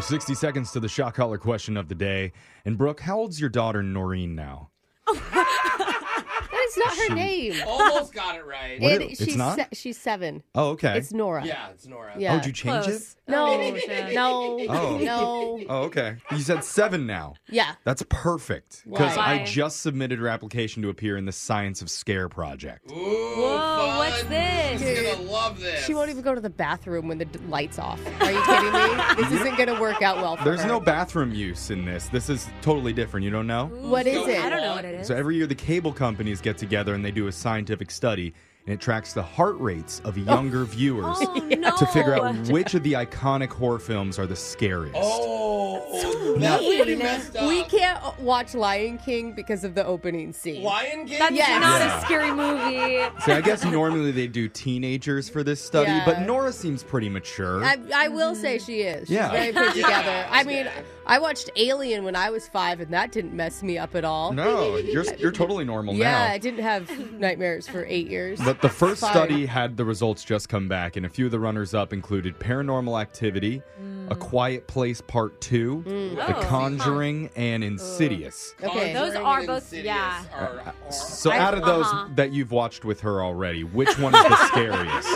60 seconds to the shock collar question of the day. And Brooke, how old's your daughter Noreen now? That is not her She- name. Almost got it right. What It- it- it's she's not? se- she's seven. Oh, okay. It's Nora. Yeah, it's Nora. Yeah. oh, did you change Close. No, shit. no, Oh. no. it? Oh, okay. You said seven now. Yeah. That's perfect because Why? I just submitted her application to appear in the Science of Scare project. Ooh, Whoa, fun. what's this? She's gonna love this. She won't even go to the bathroom when the d- lights off. Are you kidding me? This isn't gonna work out well for There's her. no bathroom use in this. This is totally different. You don't know? What is it? I don't know what it is. So every year the cable companies get together and they do a scientific study and it tracks the heart rates of younger viewers oh, no. to figure out which of the iconic horror films are the scariest. Oh, that's pretty messed up. We can't watch Lion King because of the opening scene. Lion King. That's Yes. not Yeah. a scary movie. See, I guess normally they do teenagers for this study, Yeah. but Nora seems pretty mature. I, I will say she is. She's Yeah. very put Yeah. together. I mean, Yeah. I watched Alien when I was five, and that didn't mess me up at all. no, you're you're totally normal yeah, now. I didn't have nightmares for eight years. But the first Fine. study had the results just come back, and a few of the runners up included Paranormal Activity, Mm. A Quiet Place Part 2, The Oh. Conjuring, and Insidious. Okay. Those Conjuring are and both- Insidious yeah. Are, are, Uh, So, I- out of those uh-huh. that you've watched with her already, which one is the scariest?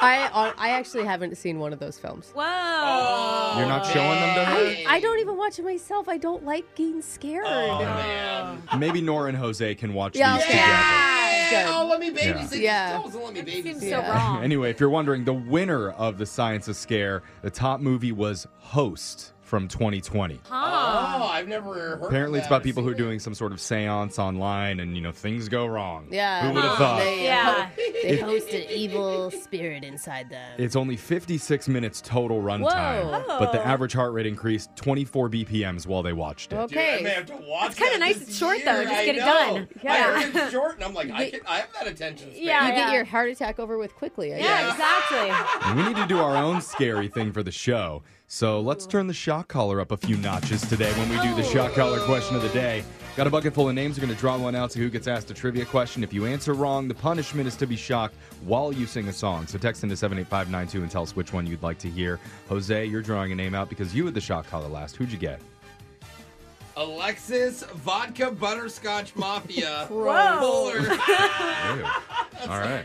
I uh, I actually haven't seen one of those films. Whoa. Oh, You're not showing them to her? I, I don't even watch it myself. I don't like being scared. Oh, man. Maybe Nora and Jose can watch Yeah, these okay. together. Yeah. Good. Oh, let me babysit. Yeah. Yeah. Let me babysit. seems Yeah. so wrong. Anyway, if you're wondering, the winner of the Science of Scare, the top movie was Host from 2020. Huh. Oh, I've never heard. of Apparently, it's that about or people who are seen doing some sort of seance online, and you know things go wrong. Yeah. who would Oh, have Huh. thought? They- Yeah. They host an evil spirit inside them. It's only 56 minutes total runtime, Whoa. but the average heart rate increased 24 BPMs while they watched it. it. Dude, I may Okay. have to watch. kinda that nice this it's short, year. though. Just I get it know. done. I Yeah. heard it's short, and I'm like, I, can, I have that attention span. Yeah. You get your heart attack over with quickly. I Yeah, guess. exactly. And we need to do our own scary thing for the show. So let's turn the shock collar up a few notches today when we do the shock collar question of the day. Got a bucket full of names. We're going to draw one out. See who gets asked a trivia question. If you answer wrong, the punishment is to be shocked while you sing a song. So text into 78592 and tell us which one you'd like to hear. Jose, you're drawing a name out because you had the shock collar last. Who'd you get? Alexis Vodka Butterscotch Mafia. Gross. Fuller. Ew. All right.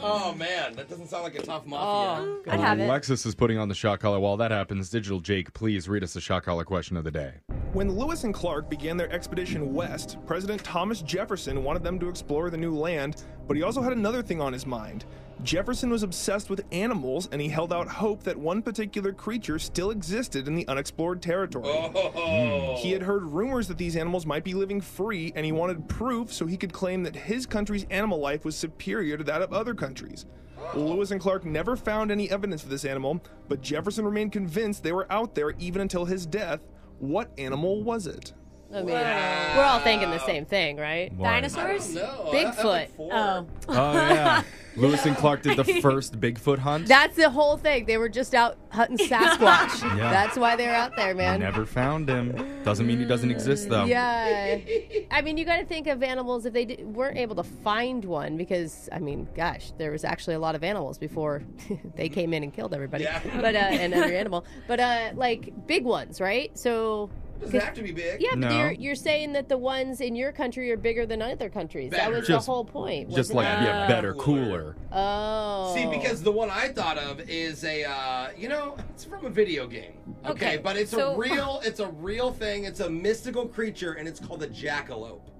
Oh man, that doesn't sound like a tough mafia. Oh, I'd have it. Alexis is putting on the shock collar. While that happens, Digital Jake, please read us the shock collar question of the day. When Lewis and Clark began their expedition west, President Thomas Jefferson wanted them to explore the new land, but he also had another thing on his mind. Jefferson was obsessed with animals, and he held out hope that one particular creature still existed in the unexplored territory. Hmm. Oh, He had heard rumors that these animals might be living free, and he wanted proof so he could claim that his country's animal life was superior to that of other countries. Lewis and Clark never found any evidence of this animal, but Jefferson remained convinced they were out there even until his death. What animal was it? I mean, we're all thinking the same thing, right? Dinosaurs? no, Bigfoot. Oh, Oh yeah. Lewis and Clark did the first Bigfoot hunt. That's the whole thing. They were just out hunting Sasquatch. Yeah. That's why they're out there, man. Never found him. Doesn't mean he doesn't exist though. Mm, Yeah. I mean, you got to think of animals if they di- weren't able to find one because, I mean, gosh, there was actually a lot of animals before they came in and killed everybody. Yeah. But, uh, and every animal. But, uh, like, big ones, right? So, doesn't have to be big. yeah, but No. you're, you're saying that the ones in your country are bigger than other countries. That Better. was Just- the whole point. Just wasn't like it? yeah, better, cooler. Oh. See, because the one I thought of is a, uh, you know, it's from a video game. Okay, Okay, but it's so- a real, it's a real thing. It's a mystical creature, and it's called a jackalope,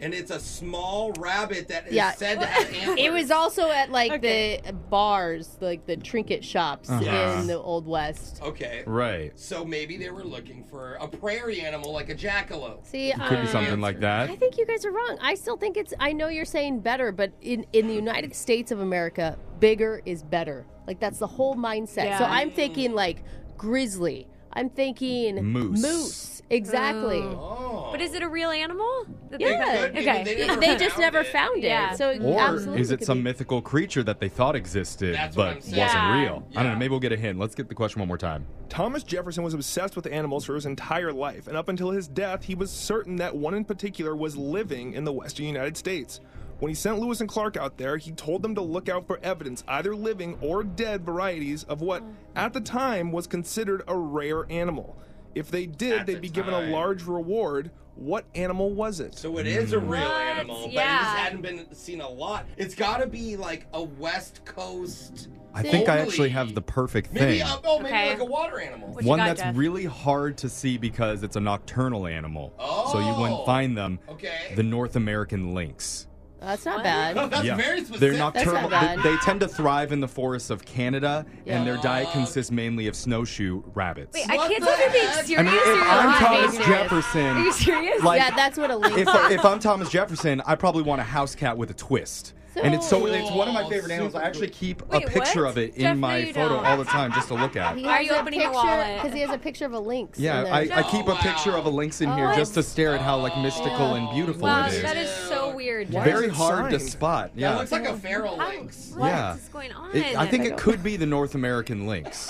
and it's a small rabbit that is Yeah. said to have antlers. It was also at like Okay. the bars, like the trinket shops Uh-huh. in the Old West. okay. Right. So maybe they were looking for a prairie animal like a jackalope. See, Could be uh, something like that. I think you guys are wrong. I still think it's. I know you're saying better, but in in the United States of America, bigger is better. Like that's the whole mindset. So Yeah. I'm thinking like grizzly. I'm thinking Moose. Moose, exactly. Oh. But is it a real animal? That they- Yeah. Could be, but Okay. They, never They just found never it. found it. Yeah. Oh, So it Or absolutely is could it some be. mythical creature that they thought existed That's what but I'm wasn't saying. Yeah. real? I don't Yeah. know. Maybe we'll get a hint. Let's get the question one more time. Thomas Jefferson was obsessed with animals for his entire life, and up until his death, he was certain that one in particular was living in the western United States. When he sent Lewis and Clark out there, he told them to look out for evidence, either living or dead varieties, of what at the time was considered a rare animal. If they did, At the they'd be given a time. large reward. What animal was it? So it is a real What? animal, but it Yeah. just hadn't been seen a lot. It's got to be like a West Coast. I think I only- actually have the perfect Maybe thing. a, oh, maybe Okay. like a water animal. What you One got, that's Jeff? really hard to see because it's a nocturnal animal. So you Oh. wouldn't find them. Okay. The North American lynx. That's not What? bad. Oh, That's Yeah. very specific. They're nocturnal. That's not bad. They, they tend to thrive in the forests of Canada, Yeah. and their diet consists mainly of snowshoe rabbits. Wait, What I can't the tell if you're being heck? I serious mean, or if you're I'm not being Thomas serious. Are you Jefferson, serious? like, yeah, that's what a lynx. if, if I'm Thomas Jefferson, I probably want a house cat with a twist. and it's so it's one of my So- favorite animals. I actually keep a Wait, picture what? of it in Jeff, no, my you photo don't. all the time just to look at. Why are you opening your wallet? Because he has a picture of a lynx. Yeah, in there. I, I No. keep a picture of a lynx in here Oh, just to stare at how like mystical Yeah. and beautiful wow, it is. that is so weird. Why Jeff. Very is it hard to signed? spot. That Yeah, looks like a feral How- lynx. What Yeah. is going on? It- I think I it don't- could be the North American lynx.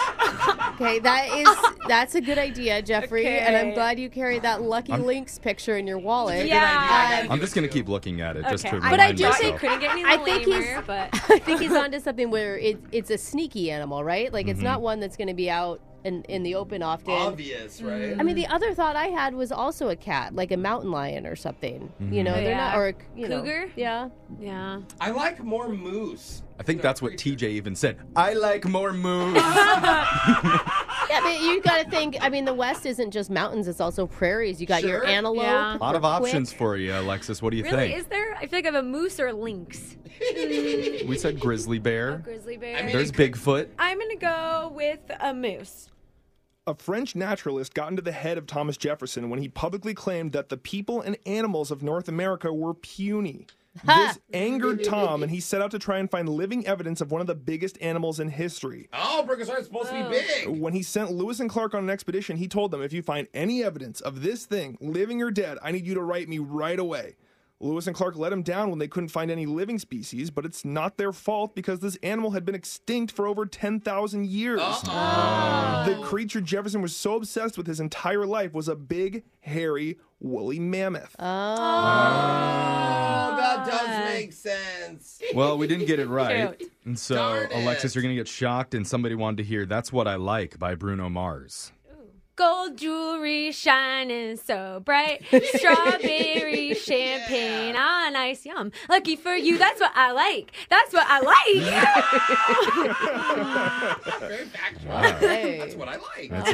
Okay, that is that's a good idea, Jeffrey, and I'm Okay. glad you carried that lucky I'm- lynx picture in your wallet. Yeah. I'm just gonna keep looking at it just okay. to remind I- but I do myself. think couldn't get any I lamer, think he's- but I think he's onto something where it, it's a sneaky animal, right? Like Mm-hmm. it's not one that's going to be out in, in the open often. Obvious, right? Mm-hmm. I mean, the other thought I had was also a cat, like a mountain lion or something. Mm-hmm. You know, Oh, they're not yeah. or a, c- you know, Cougar? Yeah, yeah. I like more moose. I think than that's what creature. TJ even said. I like more moves. yeah. But you got to think. I mean, the West isn't just mountains; it's also prairies. You got Sure. your antelope. Yeah. a lot of for options quick- for you, Alexis. What do you Really? think? Is there? I feel like I have a moose or a lynx. we said grizzly bear. Grizzly bear. I mean- There's Bigfoot. I'm gonna go with a moose. A French naturalist got into the head of Thomas Jefferson when he publicly claimed that the people and animals of North America were puny. This angered Tom, and he set out to try and find living evidence of one of the biggest animals in history. Oh, Brachiosaurus is supposed to be big. When he sent Lewis and Clark on an expedition, he told them, If you find any evidence of this thing, living or dead, I need you to write me right away. Lewis and Clark let him down when they couldn't find any living species, but it's not their fault because this animal had been extinct for over 10,000 years. The creature Jefferson was so obsessed with his entire life was a big, hairy, woolly mammoth. Oh, that does make sense. Well, we didn't get it right. And so, Darn it. Alexis, you're going to get shocked, and somebody wanted to hear That's What I Like by Bruno Mars. Gold jewelry shining so bright. Strawberry champagne on ice. Yum. Lucky for you. That's what I like. That's what I like. Very factual. Hey. That's what I like. That's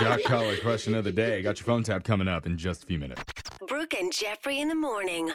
your shock collar question of the day. Got your phone tab coming up in just a few minutes. Brooke and Jeffrey in the morning.